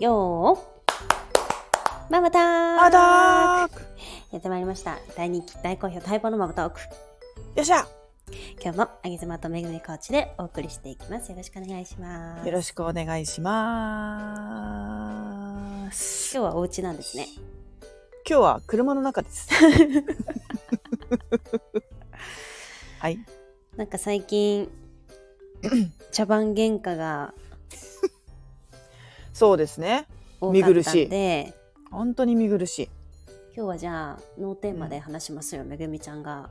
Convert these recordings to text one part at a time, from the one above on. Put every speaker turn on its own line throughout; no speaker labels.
よーママター
アダーク
やってまいりました。大人気、大好評、待望のママトーク。
よっしゃ
今日も、あげずまとめぐみコーチでお送りしていきます。よろしくお願いします。
よろしくお願いします。
今日はお家なんですね。
今日は車の中です。はい。
なんか最 近、茶番喧嘩が
そうですね。
多
見
か
苦
った
し
ん
い
で、
本当に見苦し
今日はじゃあ、ノーテーマで話しますよ。めぐみちゃんが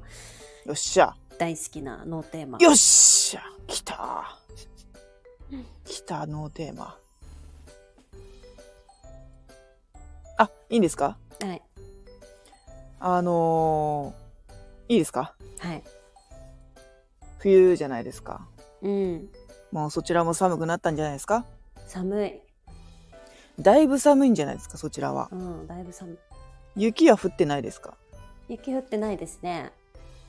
い。よっしゃ。
大好きなノーテーマ。
よっしゃ。来た。来た、ノーテーマ。あ、いいんですか
はい。
あのーいいですか
はい。
冬じゃないですか。
うん。
もうそちらも寒くなったんじゃないですか
寒い。
だいぶ寒いんじゃないですかそちらは
うん、だいぶ寒い。
雪は降ってないですか
雪降ってないですね。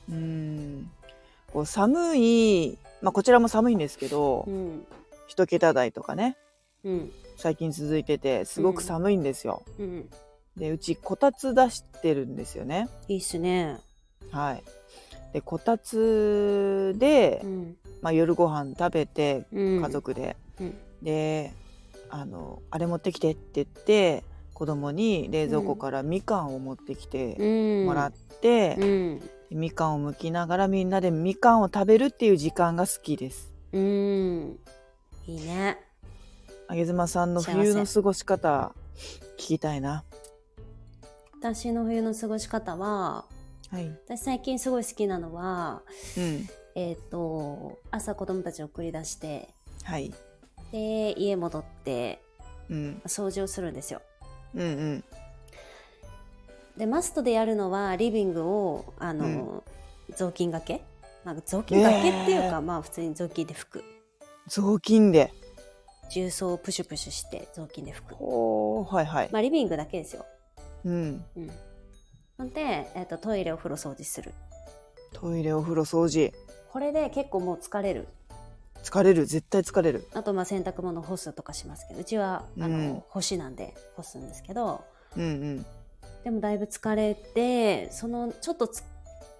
うーんこう寒い、まあ、こちらも寒いんですけど、
うん。
一桁台とかね
うん。
最近続いててすごく寒いんですよ、
うん。
でうちこたつ出してるんですよね
いいっすね。
はいでこたつで、
うん。
まあ、夜ご飯食べて
うん。
家。族で、
うん。
であのあれ持ってきてって言って子供に冷蔵庫からみかんを持ってきて
うん。
もらって、
うん。
みかんを剥きながらみんなでみかんを食べるっていう時間が好きです。
うん。いいね。
あげずまさんの
幸せ
冬の過ごし方聞きたいな。
私の冬の過ごし方は、
はい。うん。
私最近すごい好きなのは、えっ、と、朝子供たち送り出して、
はい。
で、家戻って
うん。
掃除をするんですよ。
うんうん。
で、マストでやるのは、リビングを、あの、雑巾がけなんか雑巾がけっていうか、まあ普通に雑巾で拭く。
雑巾で。
重曹をプシュプシュして雑巾で拭く。
ほう。はいはい。
まあリビングだけですよ。
うん。
うん。ほんで、えっと、トイレ、お風呂、掃除する。
トイレ、お風呂、掃除。
これで結構もう疲れる。
疲れる。絶対疲れる。
あとまあ洗濯物干すとかしますけどうちはあの、
うん
干しなんで干すんですけど
うん
でもだいぶ疲れてそのちょっとつ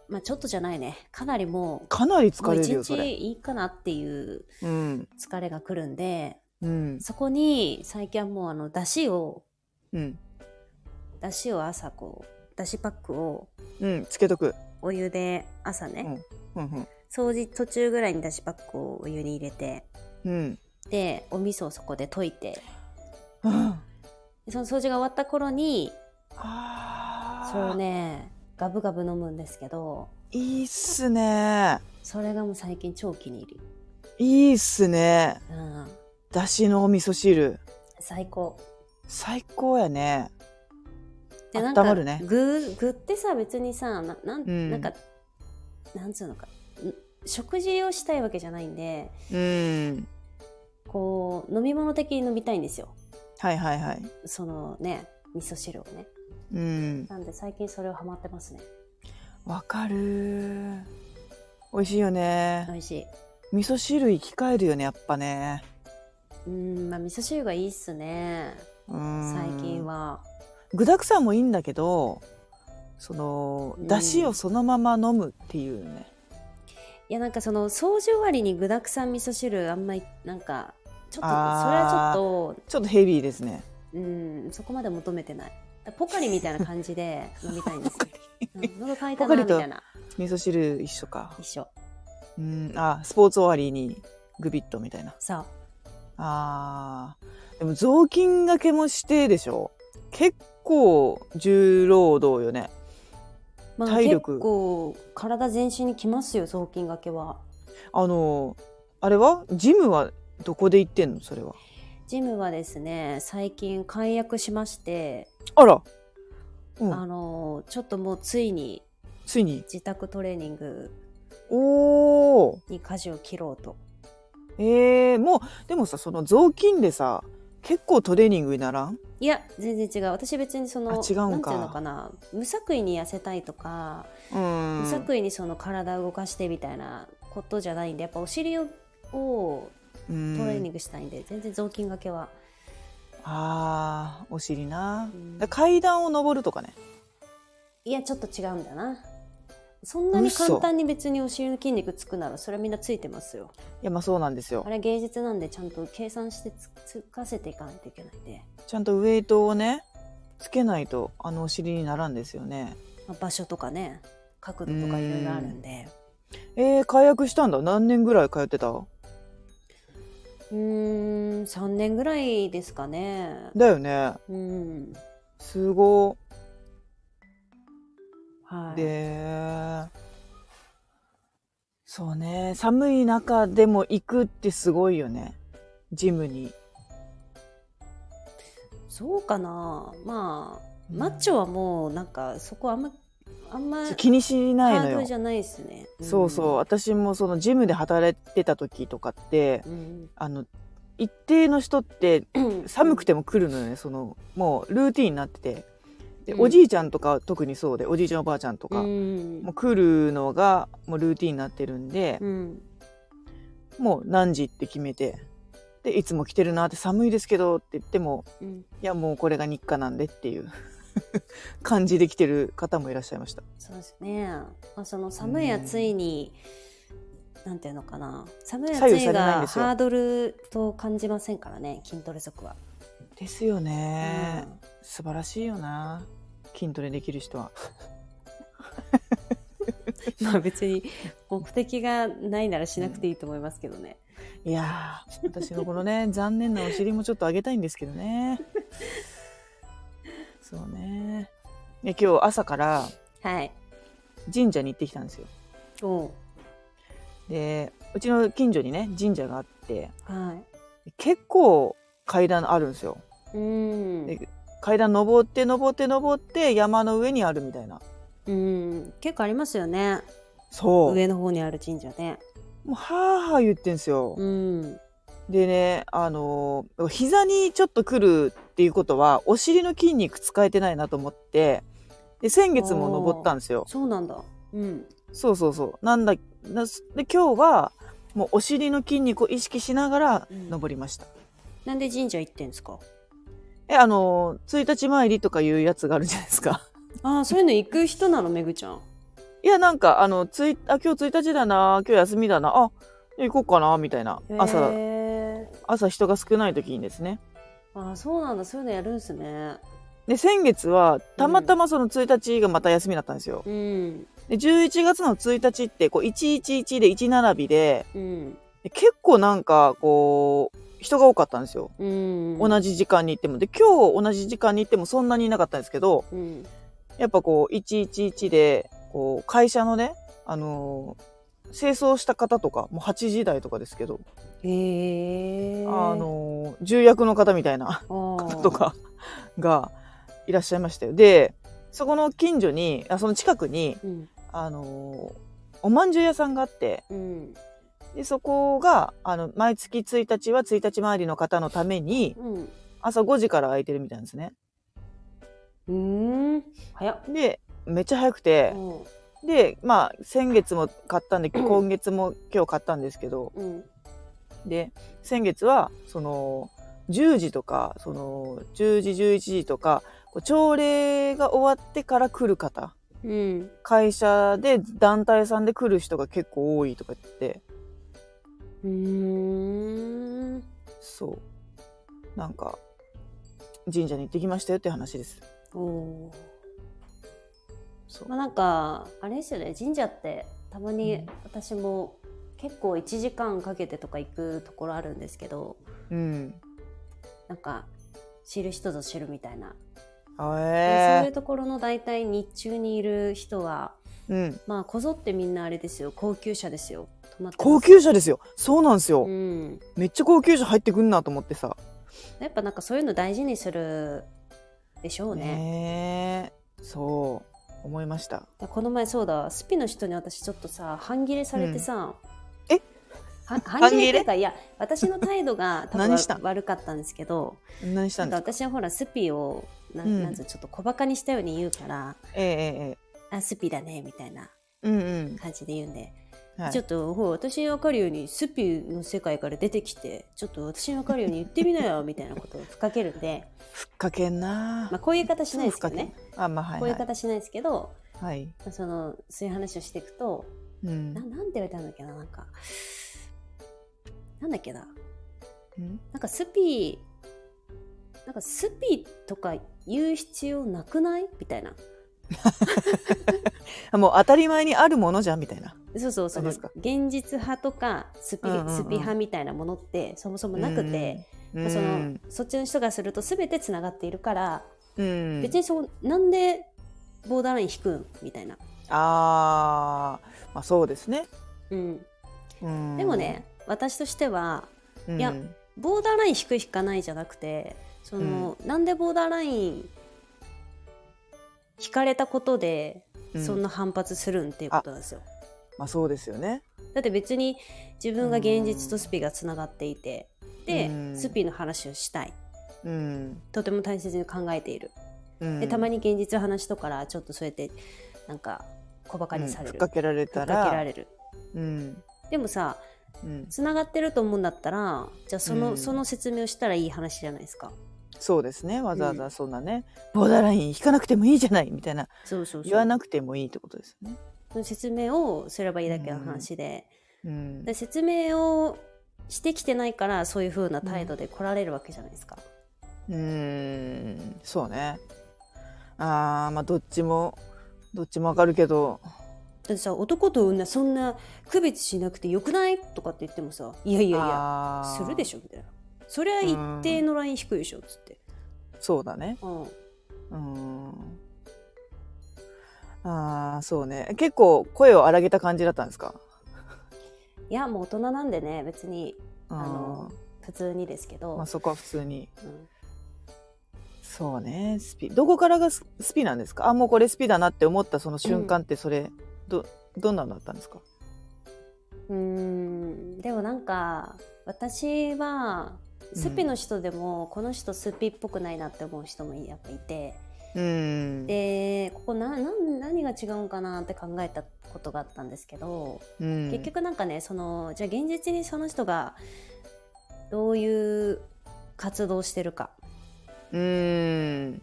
まあちょっとじゃないねかなりも
うん。かなり
うもう
疲れ
一
るよ、そ
日
れ。
いいかなっていう
うん。
疲れが来るんで
うん。
そこに最近はもうあの出汁を
うん。
出汁を朝こう出汁パックを
うん。つけとく。
お湯で朝ね、
うんうん。
掃除途中ぐらいに出汁パックをお湯に入れて
うん。
でお味噌をそこで溶いて
あ
でその掃除が終わった頃に
あ。
それを。ねガブガブ飲むんですけど
いいっすね。
それがもう最近超お気に入り、
いいっすね。
うん、
だしのお味噌汁
最高
最高やね
で
温
なん
ま
か
るね
具具ってさ別にさななん,、
うん
なんかなんつうのかん食事をしたいわけじゃないんで
うん
こう飲み物的に飲みたいんですよ
はいはいはい
そのね味噌汁をね
うん
なんで最近それをハマってますね
わかるー美味しいよね
美味しい
味噌汁生き返るよねやっぱね
うんまあ味噌汁がいいっすね
うん
最近は
具沢山もいいんだけどその
うん
だしをそのまま飲むっていうね
いやなんかその掃除終わりに具沢山味噌汁あんまりなんかちょっとそれ
あー
はちょっと
ちょっとヘビーですね
うんそこまで求めてないだからポカリみたいな感じで 飲みたいんですよ、うん、喉乾いた
ポカ
なみ
リと
たいな
味噌汁一緒か
一緒
うんあスポーツ終わりにグビッとみたいな
さ
あーでも雑巾がけもしてでしょ結構重労働よね
あ、まあ、
体力
結構体全身にきますよ雑巾がけは
あのあれはジムはどこで行ってんのそれは
ジムはですね最近解約しまして、
あら、うん
あのちょっともうついに
ついに
自宅トレーニング
おお
に舵を切ろうと
えー、もうでもさその雑巾でさ結構トレーニングにならん
いや全然違う私別にその
あ違うんか
なんていうのかな無作為に痩せたいとか、
うー
無
ん
作為にその体を動かしてみたいなことじゃないんでやっぱお尻をを
うーん
トレーニングしたいんで、全然雑巾がけは
ああお尻な
う、ん
だから階段を上るとかね
いやちょっと違うんだなそんなに
嘘
簡単に別にお尻の筋肉つくならそれはみんなついてますよ
いやまあそうなんですよ
あれ芸術なんでちゃんと計算してつつかせていかないといけないんで、
ちゃんとウエイトをねつけないとあのお尻にならんですよね
まあ、場所とかね角度とかいろいろあるんで
えー、解約したんだ何年ぐらい通ってた
うーん3年ぐらいですかね
だよね
うん
すご
はい
でそうね寒い中でも行くってすごいよねジムに
そうかなまあマッチョはもうなんかそこあんまあんま
そう気にしない
ハード
の
ルじ
よ
ゃないですね、
そうそう私もそのジムで働いてた時とかって
うん、
あの一定の人って
うん
寒くても来るのよねそのもうルーティンになっててで、
うん
おじいちゃんとかは特にそうでおじいちゃんおばあちゃんとか、
うん
もう来るのがもうルーティンになってるんで
う、ん
もう何時って決めてでいつも来てるなって寒いですけどって言っても
うん
いやもうこれが日課なんでっていう 感じで来てる方もいらっしゃいました。
そうですね、まあ、その寒い暑いに、なんていうのかな寒い
左
暑
右
い
されないん
が
ですよ
ハードルと感じませんからね筋トレ族は、
ですよね、
うん
素晴らしいよな筋トレできる人は。
まあ別に目的がないならしなくていいと思いますけどね、
いやー私のこの ね残念なお尻もちょっと上げたいんですけどね。そうね。で今日朝から
はい
神社に行ってきたんですよ。
おう
でうちの近所にね神社があって
は
結構階段あるんですよ。
いうん
で階段登って登って登って山の上にあるみたいな。
うん結構ありますよね
そう。
上の方にある神社ね
もうはーはー言ってんすよ。
うん
でねあのー膝にちょっと来るっていうことはお尻の筋肉使えてないなと思ってで先月も登ったんですよ
そうなんだうん
そうそうそうなんだなすで今日はもうお尻の筋肉を意識しながら
うん
登りました、
なんで神社行ってんですか
えあのー1日参りとかいうやつがあるじゃないです か
ああそういうの行く人なのめぐちゃん
いやなんかあのついあ今日1日だな今日休みだなあ行こうかなみたいな朝
へー
朝人が少ない時にですね
ああそうなんだそういうのやるんすね
で先月はたまたまその1日がまた休みだったんですよ、
うん
で11月の1日ってこう111で1並びで
うん
で結構なんかこう人が多かったんですよ、
うん
同じ時間に行ってもで今日同じ時間に行ってもそんなにいなかったんですけど
うん
やっぱこう111でこう会社のね、あのー清掃した方とかもう8時台とかですけど、
へえ
あのー重役の方みたいな方とかがいらっしゃいましたよでそこの近所にあその近くに、
うん
あのーおまんじゅう屋さんがあって
うん
でそこがあの毎月1日は1日回りの方のために
うん
朝5時から空いてるみたいなんですね。
うん早っ
でめっちゃ早くて
うん
でまあ先月も買ったんで今月も今日買ったんですけど
うん
で先月はその10時とかその10時11時とかこう朝礼が終わってから来る方
うん
会社で団体さんで来る人が結構多いとか言って
うーん
そうなんか神社に行ってきましたよって話です。
おおー
そう
まあ、なんかあれですよね神社ってたま
う
に
ん
私も結構1時間かけてとか行くところあるんですけど
うん。
なんか知る人ぞ知るみたいな、でそうい
え
うところの大体日中にいる人は
えうん。
まあこぞってみんなあれですよ高級車ですよ泊まってます
高級車ですよ。そうなんですよ。
うん、
めっちゃ高級車入ってくんなと思ってさ。
やっぱなんかそういうの大事にするでしょうね
ねえそう思いました。
この前そうだスピの人に私ちょっとさ半切れされてさ、
うんえ
は半切れっていうかいや私の態度が多分
何したん
悪かったんですけど
何し
な
た
ん
ん
か
です
私
か。
はほらスピをな
うん
なんつうのちょっと小バカにしたように言うから
えええええ
「あスピだね」みたいな
えうんうん。
感じで言うんで
はい
ちょっとほう私に分かるようにスピの世界から出てきてちょっと私に分かるように言ってみなよみたいなことを吹っかけるんで、
ふっかけんな
まあ、こういう方しないですけど
すぐ
ね
ふっかけんあまあはい
こう
はいいう
方しないですけど
はい、
まあそのそういう話をしていくと
うん
ななんて言われたんだっけななんかなんだっけな
うん
なんかスピーなんかスピーとか言う必要なくないみたいな
あもう当たり前にあるものじゃんみたいな
そうそうそ
あ
の
ですか
現実派とかスピ,、
うんうんうん
スピ派みたいなものってそもそもなくて、
うん
そ
うん
のそっちの人がすると全てつながっているから、
うん
別にそのなんでボーダーライン引くんみたいな、
あーまあそうですね、
うん、
うん
でもね、私としては
うん
いやボーダーライン引く引かないじゃなくてその、なんでボーダーライン引かれたことで
うん
そんな反発するんっていうことなんですよ。
まあそうですよね
だって別に自分が現実とスピがつながっていて、で、
うん
スピの話をしたい
うん、
とても大切に考えている、
うん、
でたま
に
に現実の話とからちょっとそうやってなんか小バカにされ
ふっ
る、
かけられた
ふっ
ら
かけられる
うん
でもさ
うん、
つながってると思うんだったらじゃあその,、
うん
その説明をしたらいい話じゃないですか
そうですねわざわざそんなね、ボーダーライン引かなくてもいいじゃないみたいな
そうそうそう
言わなくてもいいってことですよね、
その説明をすればいいだけの話で,、
うん
で、説明をしてきてないからそういう風な態度で来られるわけじゃないですか、
うーんそうねあーまあどっちもどっちもわかるけど
だってさ男と女そんな区別しなくてよくないとかって言ってもさ「いやい
い
やいやするで
ょ
しょ」みたいな「それは一定のライン低いでしょ」っつって、
そうだね
うん、
うーんあーそうね結構声を荒げた感じだったんですか
いやもう大人なんでね別に
あ
あの普通にですけど、
ーまあ、そこは普通に
うん
そうねスピどこからがススピなんですかあもうこれスピだなって思ったその瞬間ってそれ、どどんなのだったんですか
うーんでもなんか私はスピの人でも、この人スピっぽくないなって思う人もやっぱいて
うーん
でここななん何が違うんかなって考えたことがあったんですけど
うん
結局なんかねそのじゃあ現実にその人がどういう活動をしてるか
うーん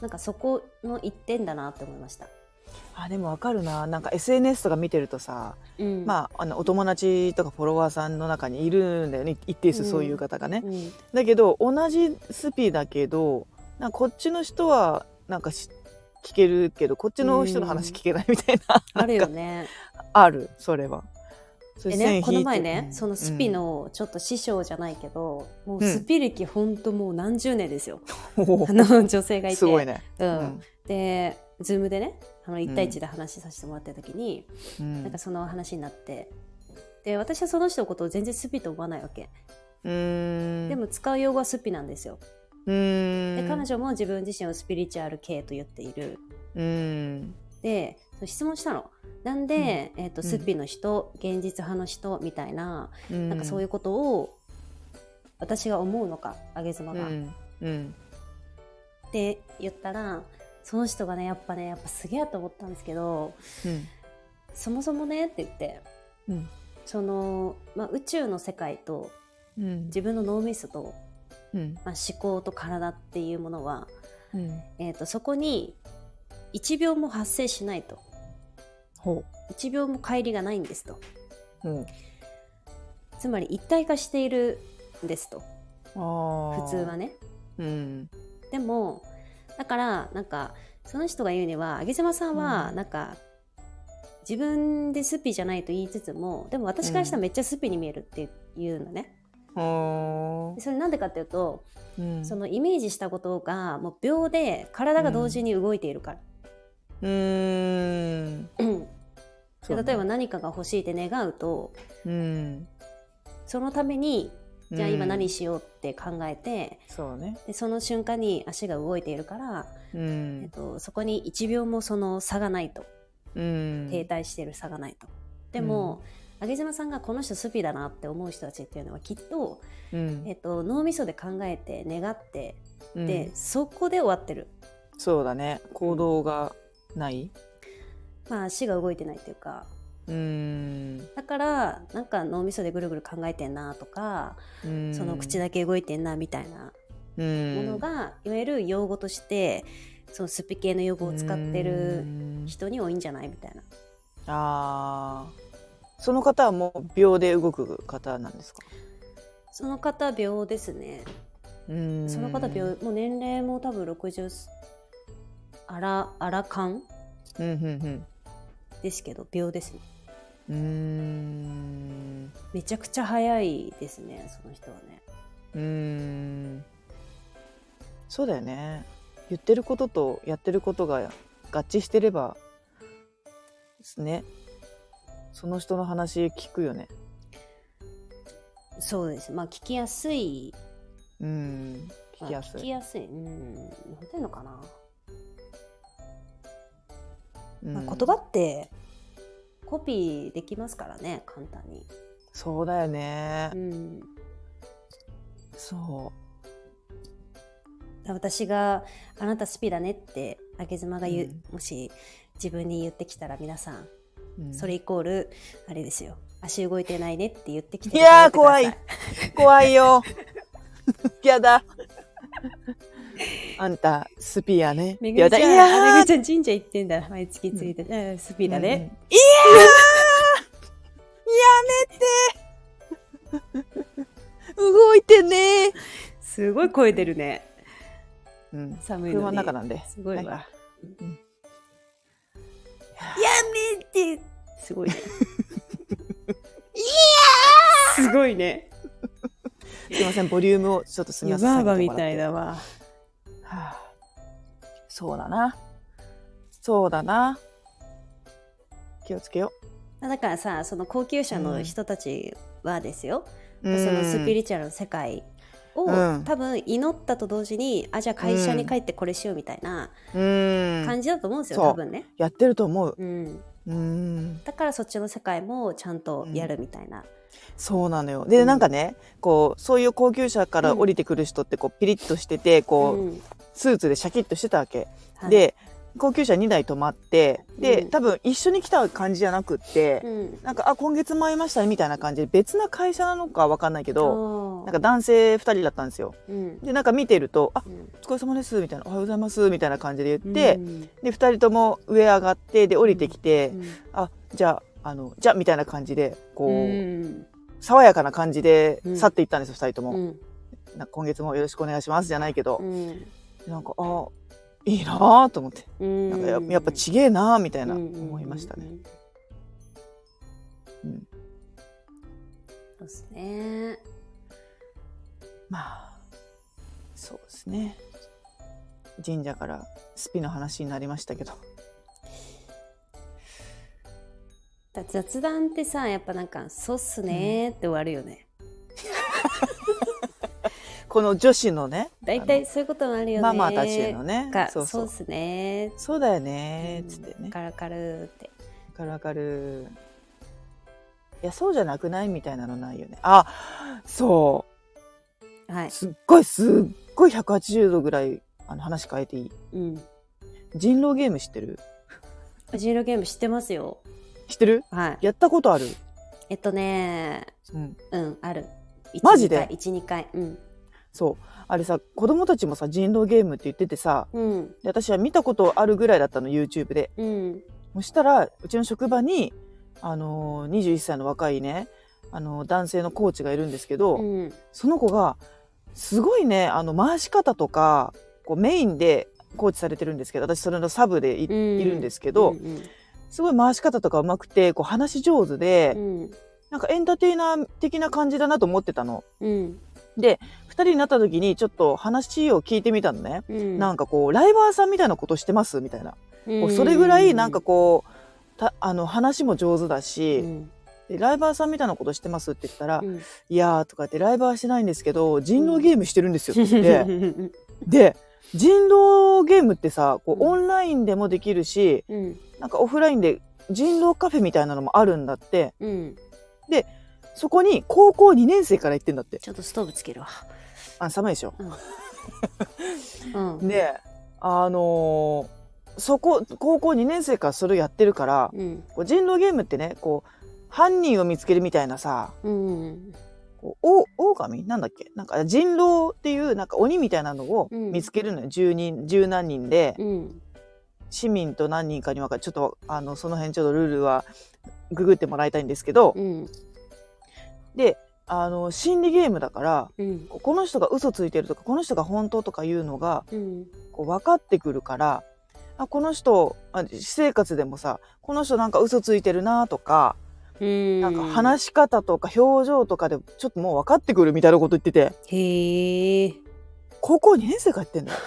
なんかそこの一点だなって思いました、
あでもわかるななんか SNS とか見てるとさ、
うんあ、
まああのお友達とかフォロワーさんの中にいるんだよね一定数
うん
そういう方がね、
うん
だけど同じスピだけどなんかこっちの人はなんかし聞けるけどこっちの人の話聞けないみたいな,、
あるよ
ね
ね
あるそれはそれ
で
線引
ね
いて
この前ね
うん
そのスピ
うん
のちょっと師匠じゃないけど、もううんスピ歴ほんともう何十年ですよ、
お
あ
ー
の女性がいて
すごいね、
う
うん
でズームでねあの1対1で話させてもらった時に、
うん
なんかその話になってで私はその人のことを全然スピと思わないわけ、
うーん
でも使う用語はスピなんですよ
うーん
で彼女も自分自身をスピリチュアル系と言っている
うーん
でその質問したのなんで、えっとスピの人、現実派の人みたいな,、なんかそういううことを私が思うのかあげ妻
う
が、っ
んうん
て言ったらその人がねやっぱねやっぱすげえと思ったんですけど
うん
そもそもねって言って
うん
その、まあ、宇宙の世界と
うん
自分の脳みそと、
うん
まあ、思考と体っていうものは、
うん
えっとそこに1秒も発生しないと
ほ
1秒も乖離がないんですと
うほう
つまり一体化しているんですと
あー
普通はね
うん
でもだからなんかその人が言うにはあげ妻さんは
うん
なんか、自分でスピじゃないと言いつつもでも私からしたらめっちゃスピに見えるって言うのね、
ほ
でそれなんでかっていうと
ううん
そのイメージしたことがもう秒で体が同時に動いているから、
うーん
で例えば、何かが欲しいって願うと
うん、
そのためにじゃあ今
う
何
ん
しようって考えて、
そうね、
でその瞬間に足が動いているから
う
えっ
ん
と、そこに1秒もその差がないと
うん、
停滞してる差がないと、でも上島さんがこの人スピだなって思う人たちっていうのはきっと、
うん
えっと、脳みそで考えて願って
うん
で、そこで終わってる、
そうだね行動がない、
まあ、足が動いてないっていうか
うん
だからなんか脳みそでぐるぐる考えてんなとか、
うん
その口だけ動いてんなみたいなものが、いわゆる用語としてそのスピ系の用語を使って
う
る
ん
人に多いんじゃないみたいな。
あーその方はもう秒で動く方なんですか
その方病ですね。
うん
その方病もう年齢も多分60あらあら感
うんうん
ですけど病ですね。
うんうん
めちゃくちゃ早いですねその人はね。
うんそうだよね言ってることとやってることが合致してればですねその人の話聞くよね
そうです。まあ聞きやすい
うん聞きやす
まあ聞き
い、
やすい。うん。なんていうのかな。
うん
まあ、言葉ってコピーできますからね簡単に、
そうだよね
うん、
そ
私が「あなたスピだね」ってあげ妻が言う、
うん
もし自分に言ってきたら皆さん
う、うん
それイコールあれですよ足動いてないねって言ってきて
いやー
くださ
怖い怖いよ やだあんたスピアね
めぐ
や
み
だ
ち
い
ゃん
や
あめぐみ
ー
ちゃん神社行ってんだ毎月ついて、うんスピだね、
うん動いてね
すごい声出るね
うん
寒いのに
車の中なんです
ごいわ
なんかうん
やめてす ごいねいやすごいね
すいませんボリュームをちょっとすみ
湯
ません
婆婆
下げ
み
てもら
た
って
いだわ
はあそうだなそうだな気をつけよ
まあだからさその高級者の人たちはですよ、
う
そのスピ
リ
リチュアルの世界を、
うん
多分祈ったと同時にあじゃあ会社に帰ってこれしようみたいな
うん
感じだと思うんですよ、
そう
多分ね、
やってると思う
うん、
うん
だからそっちの世界もちゃんとやるみたいな、
そうなのよ。で、
うん
なんかね、こう、そういう高級車から降りてくる人って、こう、ピリッとしてて、こう、
うん
スーツでシャキッとしてたわけ。
はい
で、高級車2台止まって、で、
うん
多分一緒に来た感じじゃなくって
う、ん、
なんか、あ、今月も会いましたね、みたいな感じで、別な会社なのかわかんないけど、
ど
なんか男性2人だったんですよ。
うん
で、なんか見てると、あ、
うん
お疲れ様です、みたいな、おはようございます、みたいな感じで言って、
うん
で、2人とも上上がって、で、降りてきて、
うん
あ、じゃあ、あの、じゃあ、みたいな感じで、こう、
うん
爽やかな感じで
うん
去っていったんですよ、二人と
う
も。
ん
なんか今月もよろしくお願いしますじゃないけど、
うん
なんかあいいなあと思って、
うん
なんかややっぱちげえなあみたいな
うんうんうん
思いましたね。うん
そうですね
まあそうですね。神社からスピの話になりましたけど、
だ雑談ってさやっぱなんか「そうっすね」って終わるよね、
この女子のね、
大体そういうこともあるよね
ママたちへのね
が、
そう
そ
そう
っ
う
すね
そうだよね
うん
つってね、わ
カラカルって
かるわかる。いやそうじゃなくないみたいなのないよね。あそう。
はい
すっごいすっごい180度ぐらいあの話変えていい
うん
人狼ゲーム知ってる
ジーロゲーム知ってますよ
知ってる
はい
やったことある、
えっとね
うん、
うんある一
マジで
12回うん
そうあれさ子供たちもさ人狼ゲームって言っててさ
うん
で私は見たことあるぐらいだったの YouTube で
うん
そしたらうちの職場に、あのー21歳の若いね、あのー男性のコーチがいるんですけど、
うん
その子がすごいねあの回し方とかこうメインでコーチされてるんですけど私それのサブでい,、いるんですけど、
うんうん
すごい回し方とかうまくてこう話し上手で、
うん
なんかエンターテイナー的な感じだなと思ってたの。
うん
で2人になった時にちょっと話を聞いてみたのね。
うん
なんかこうライバーさんみたいなことしてますみたいな、こうそれぐらいなんかこうたあの話も上手だ
う
し、
ん
でライバーさんみたいなことしてますって言ったら「
うん
いやー」とかって「ライバーしてないんですけど人狼ゲームしてるんですよ」って言って、 で人狼ゲームってさこう
うん
オンラインでもできるし
うん
なんかオフラインで人狼カフェみたいなのもあるんだって、
うん
そこに高校2年生から行ってんだって。
ちょっとストーブつけるわ
あ、寒いでしょ。
うん
で、あのーそこ高校2年生からそれをやってるから
うん
こう人狼ゲームってねこう犯人を見つけるみたいなさ
うん
こうお狼なんだっけなんか人狼っていうなんか鬼みたいなのを
うん
見つけるのよ、10人十何人で
うん
市民と何人かに分かれちょっとあのその辺ちょっとルールはググってもらいたいんですけど、
うん
であの心理ゲームだから
うん
この人が嘘ついてるとかこの人が本当とかいうのが
うん
こう分かってくるからあこの人あ私生活でもさこの人なんか嘘ついてるなとか、
うん
なんか話し方とか表情とかでちょっともう分かってくるみたいなこと言ってて
へえ
高校2年生からやってんだよ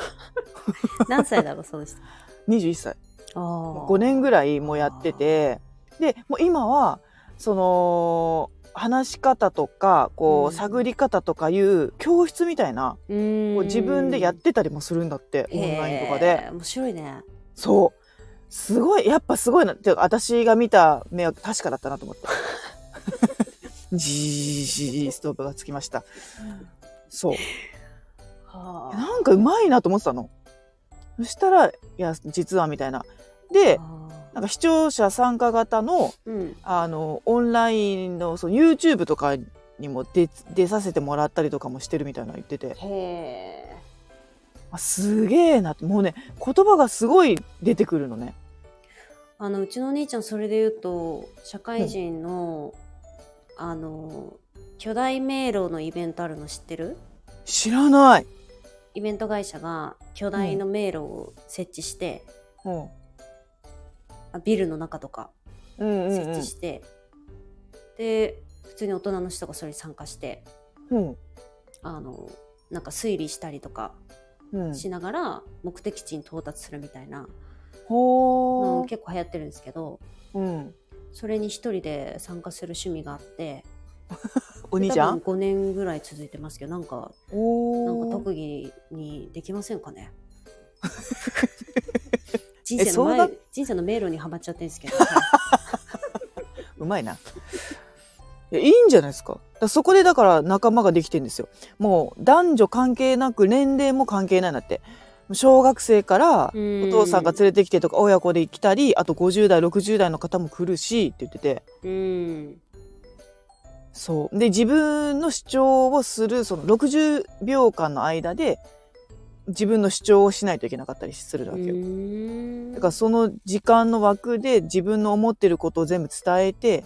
何歳だろうそうです
21歳
ああ
5年ぐらいもうやっててでもう今はその話し方とか
う
こ
ん
う探り方とかいう教室みたいな、
うん
こう自分でやってたりもするんだってオンラインとかで
へ。ー面白いね
そう。すごい、やっぱすごいな。てか私が見た目は確かだったなと 思って。じーじーストーブがつきました。そう。
はあ
なんかうまいなと思ってたの。そしたら、いや、実はみたいな。で、
あ
なんか視聴者参加型の、
ーうん
あの、オンラインの、その YouTube とかにも出、出させてもらったりとかもしてるみたいなの言って
へ
て、
え
あすげえなって、もうね、言葉がすごい出てくるのね。
あのうちのお兄ちゃんそれで言うと社会人の、あの巨大迷路のイベントあるの知ってる
知らない。
イベント会社が巨大の迷路を設置して、
うん。
あビルの中とか
うんうん、
設置して、で普通に大人の人がそれに参加して
うん。
あのなんか推理したりとか
うん、
しながら目的地に到達するみたいな、う
ほー
ん、結構流行ってるんですけど
うん、
それに一人で参加する趣味があって
お兄ちゃん
5年ぐらい続いてますけどなんかなんか
おー
特技にできませんか ね人生
え
の
そんな
前人生の迷路にはまっちゃってんですけ ど、
うまいな。いやいいんじゃないですか。だからそこでだから仲間ができてんですよ。もう男女関係なく年齢も関係ないんだって。小学生からお
お
父さんが連れてきてとか親子で来たり、あと50代60代の方も来るしって言ってて。
うん
そう。で、自分の主張をする、その60秒間の間で、自分の主張をしないといけなかったりするわけよ。だからその時間の枠で自分の思ってることを全部伝えて、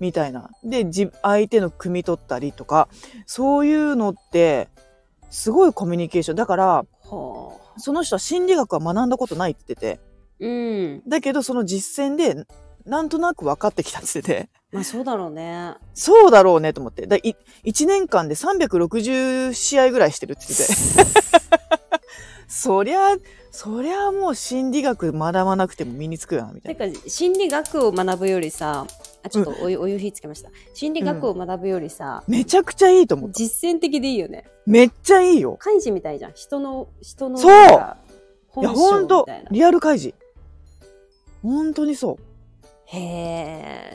みたいな。で、じ相手の汲み取ったりとか、そういうのって、すごいコミュニケーション。だから、
はあ
その人は心理学は学んだことないって言ってて、
うん
だけどその実践で、なんとなく分かってきたって言ってて、
まあそうだろう ね
そうだろうねと思って。だい1年間で360試合ぐらいしてるって言ってて。そりゃ、そりゃもう心理学学ばなくても身につくよな、みたい
て
な。
か心理学を学ぶよりさあちょっとお湯,、お湯火つけました心理学を学ぶよりさ、
めちゃくちゃいいと思う。
実践的でいいよね
めっちゃいいよ。
開示みたいじゃん人の人の
そう
なんか
い
本
や、ほん
性み
と
たいな、
リアル開示。ほんとにそう。
へ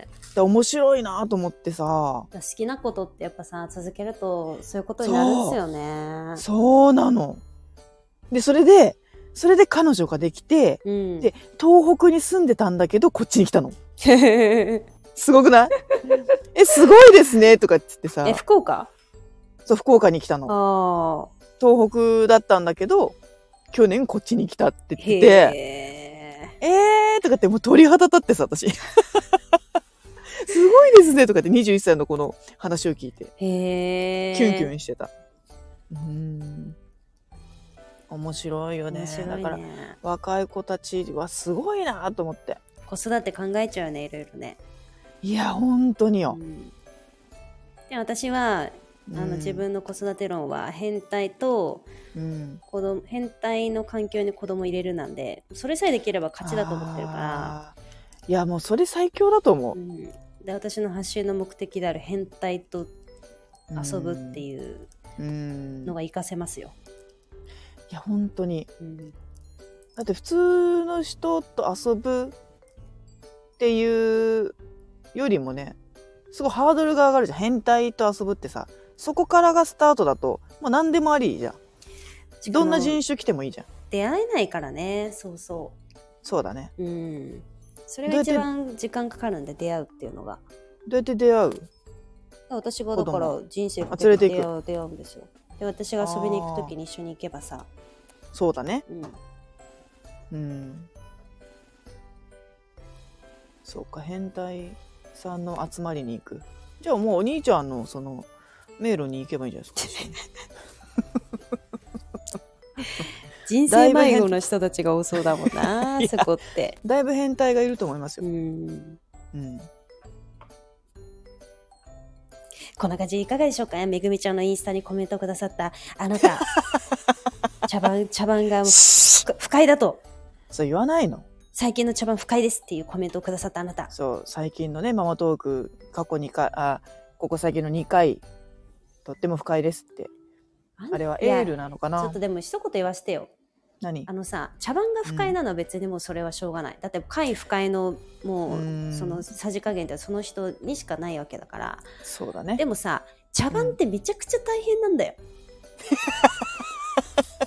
え
だ面白いなと思ってさ。
好きなことってやっぱさ続けるとそういうことになるんですよね。
そうなの。で、それで、それで彼女ができて、
うん、
で東北に住んでたんだけど、こっちに来たの。
え
すごくない え、すごいですねとかっつってさ、
福岡
そう、福岡に来たの。
ああ
東北だったんだけど、去年こっちに来たって言ってて。
へえ
えーとかってもう鳥肌立ってさ、 私。すごいですねとかって21歳のこの話を聞いて、
へえ
キュンキュンしてた。うーん。面白いよね。
面白い
だ
ね
から若い子たちはすごいなと思って。
子育て考えちゃうよねいろいろね、
いや、本当に
う
よ。
ん、で私はあ
うん
の自、分の子育て論は変態と
うん、
子供変態の環境に子供入れるなんでそれさえできれば勝ちだと思ってるから、
あー。いや、もうそれ最強だと思
うん、で私の発信の目的である変態と
う。
遊ぶっていう
うん。うん。
のが活かせますよ。
いや、本当に。
うん
だって普通の人と遊ぶっていうよりもねすごいハードルが上がるじゃん変態と遊ぶってさそこからがスタートだともう何でもありじゃんどんな人種来てもいいじゃん
出会えないからねそうそ
そうだね
うん、それが
ど
一
うや
番時間かかるんで出会うっていうのが
どうやって出会う
私がだか
子
ら人生か
あ
け
連れ
て
て
出
いく
会う出会うんですよで私が遊びに行く時に一緒に行けばさ、
そうだね
うん、
うんそうか変態さんの集まりに行くじゃあもうお兄ちゃんのその迷路に行けばいいんじゃないですか
人
だい
生
ぶ変
迷子の人たちが多そうだもんなそこって
だいぶ変態がいると 思います
う
よ、
ん
うん、
こんな感じいかがでしょうかめぐみちゃんのインスタにコメントくださったあな た茶番茶番が
そ
不不快だと
う言わないの
最近の茶番不快ですっていうコメントをくださったあなた
そう最近のねママトーク過去2回あここ最近の2回とっても不快ですってあれはエールなのか
ちょ
な
っとでも一言言わせてよ
何
あのさ茶番が不快なのは別にもうそれはしょうがない、だって快不快のも
う
うんそのさじ加減ってその人にしかないわけだから
そうだね
でもさ茶番ってめちゃくちゃ大変なん だよ、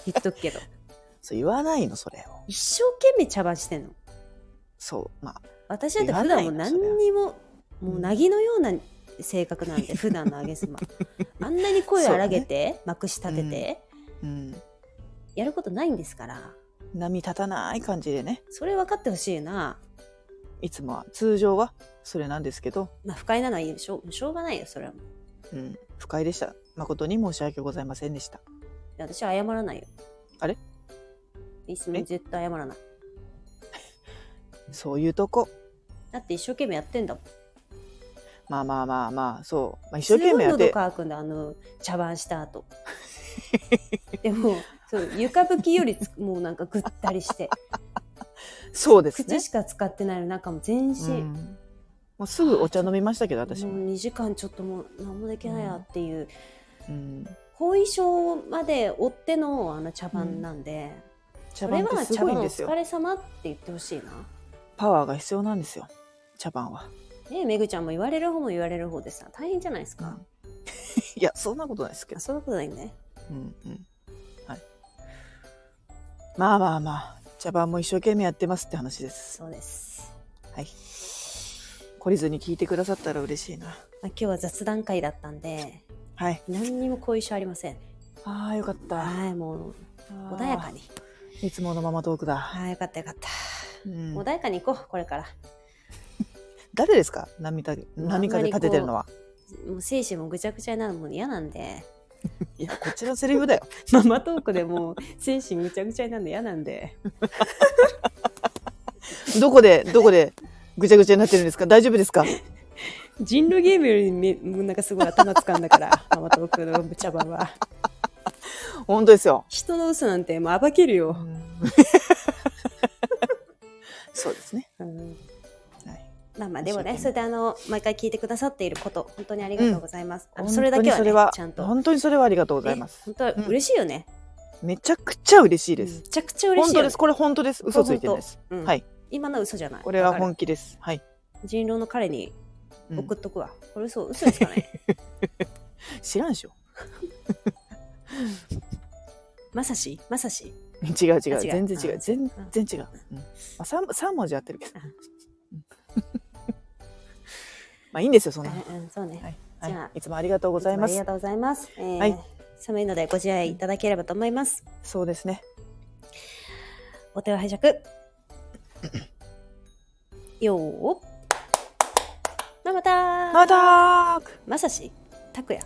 言っとくけど
そう言わないのそれを
一生懸命茶番してんの
そうまあ
私だって
言わ
普
ない
段
よ
も何にももうなぎのような性格なんで普段のあげす まあんなに声荒げて、まくし立てて、
うん
やることないんですから
波立たない感じでね
それ分かってほしいない
つもは通常はそれなんですけど、
まあ不快なのはいいしょうしょうがないよそれは
うん、不快でした誠に申し訳ございませんでした
私は謝らないよ
あれ
いつも絶対謝らない
そういうとこ
だって一生懸命やってんだもん
まあまあまあまあそう、まあ、一生懸命やっ
すごい喉
て
乾くんだあの茶番した後 でもそう床拭きよりつもうなんかぐったりして
そうですね
口しか使ってないのなんかもう全身、
うんもうすぐお茶飲みましたけど私も、
もう2時間ちょっともう何もできないやっていう、
うん、
後遺症まで追ってのあの茶番なんで、
茶
それ
番って
は
す
茶
ごい
番
ん
お
ですよ
疲れ様って言ってほしいな。
パワーが必要なんですよ茶番は、
ねえめぐちゃんも言われる方も言われる方でさ大変じゃないですか、
いやそんなことないですけ
あ
ど、
そういうことないね
うんうんはい、まあまあまあ茶番も一生懸命やってますって話です
そうです、
はい懲りずに聞いてくださったら嬉しいな
まあ、今日は雑談会だったんで
はい
何にも後遺症ありません
あーよかった
はいもう穏やかに
いつものままトークだ、
はいよかったよかった、
うん
穏やかに行こうこれから
誰ですか波た波風立ててるのは
もう精神もぐちゃぐちゃになるのも嫌なんで
いやこっちのセリフだよ
ママトークでもう精神ぐちゃぐちゃになるの嫌なんで
どこでどこでぐちゃぐちゃになってるんですか大丈夫ですか
人狼ゲームよりめもうなんかすごい頭掴んだから ママトークの茶番は
本当ですよ
人の嘘なんてもう暴ける
う
よ、
んそうですね、
うん
はい、
まあまあでもね
申し訳ない
それであの毎回聞いてくださっていること本当にありがとうございます、あのそれだ
本当
け
に
は,、
そ
ね、
れは
ちゃんと
本当にそれはありがとうございます
ね本当は嬉しいよね、
めちゃくちゃ嬉しいで
め
す、
ちゃくちゃ嬉しいよ
本当
ね、
ですこれ本当です嘘ついてないです
本当、うん
はい
今のは嘘じゃない
これは
わかる
本気ですはい、
人狼の彼に
うん
送っとくわ、これ嘘嘘ですか ね
知らんでしょ
まさしまさし
違う違う
あ違う
全然違う
あ
全然違う、うんまあ、3, 三文字合ってるけど
あ
まあいいんですよそんな、
うんうんそうね、
はい
じゃあ
はい、いつもありがとうござい
つもあ
ま
り
す
がとうございます、えー
はい
寒いのでご自愛いただければと思います
そうですね
お手を拝 借よーまあまた
またーく
まさし、たくや、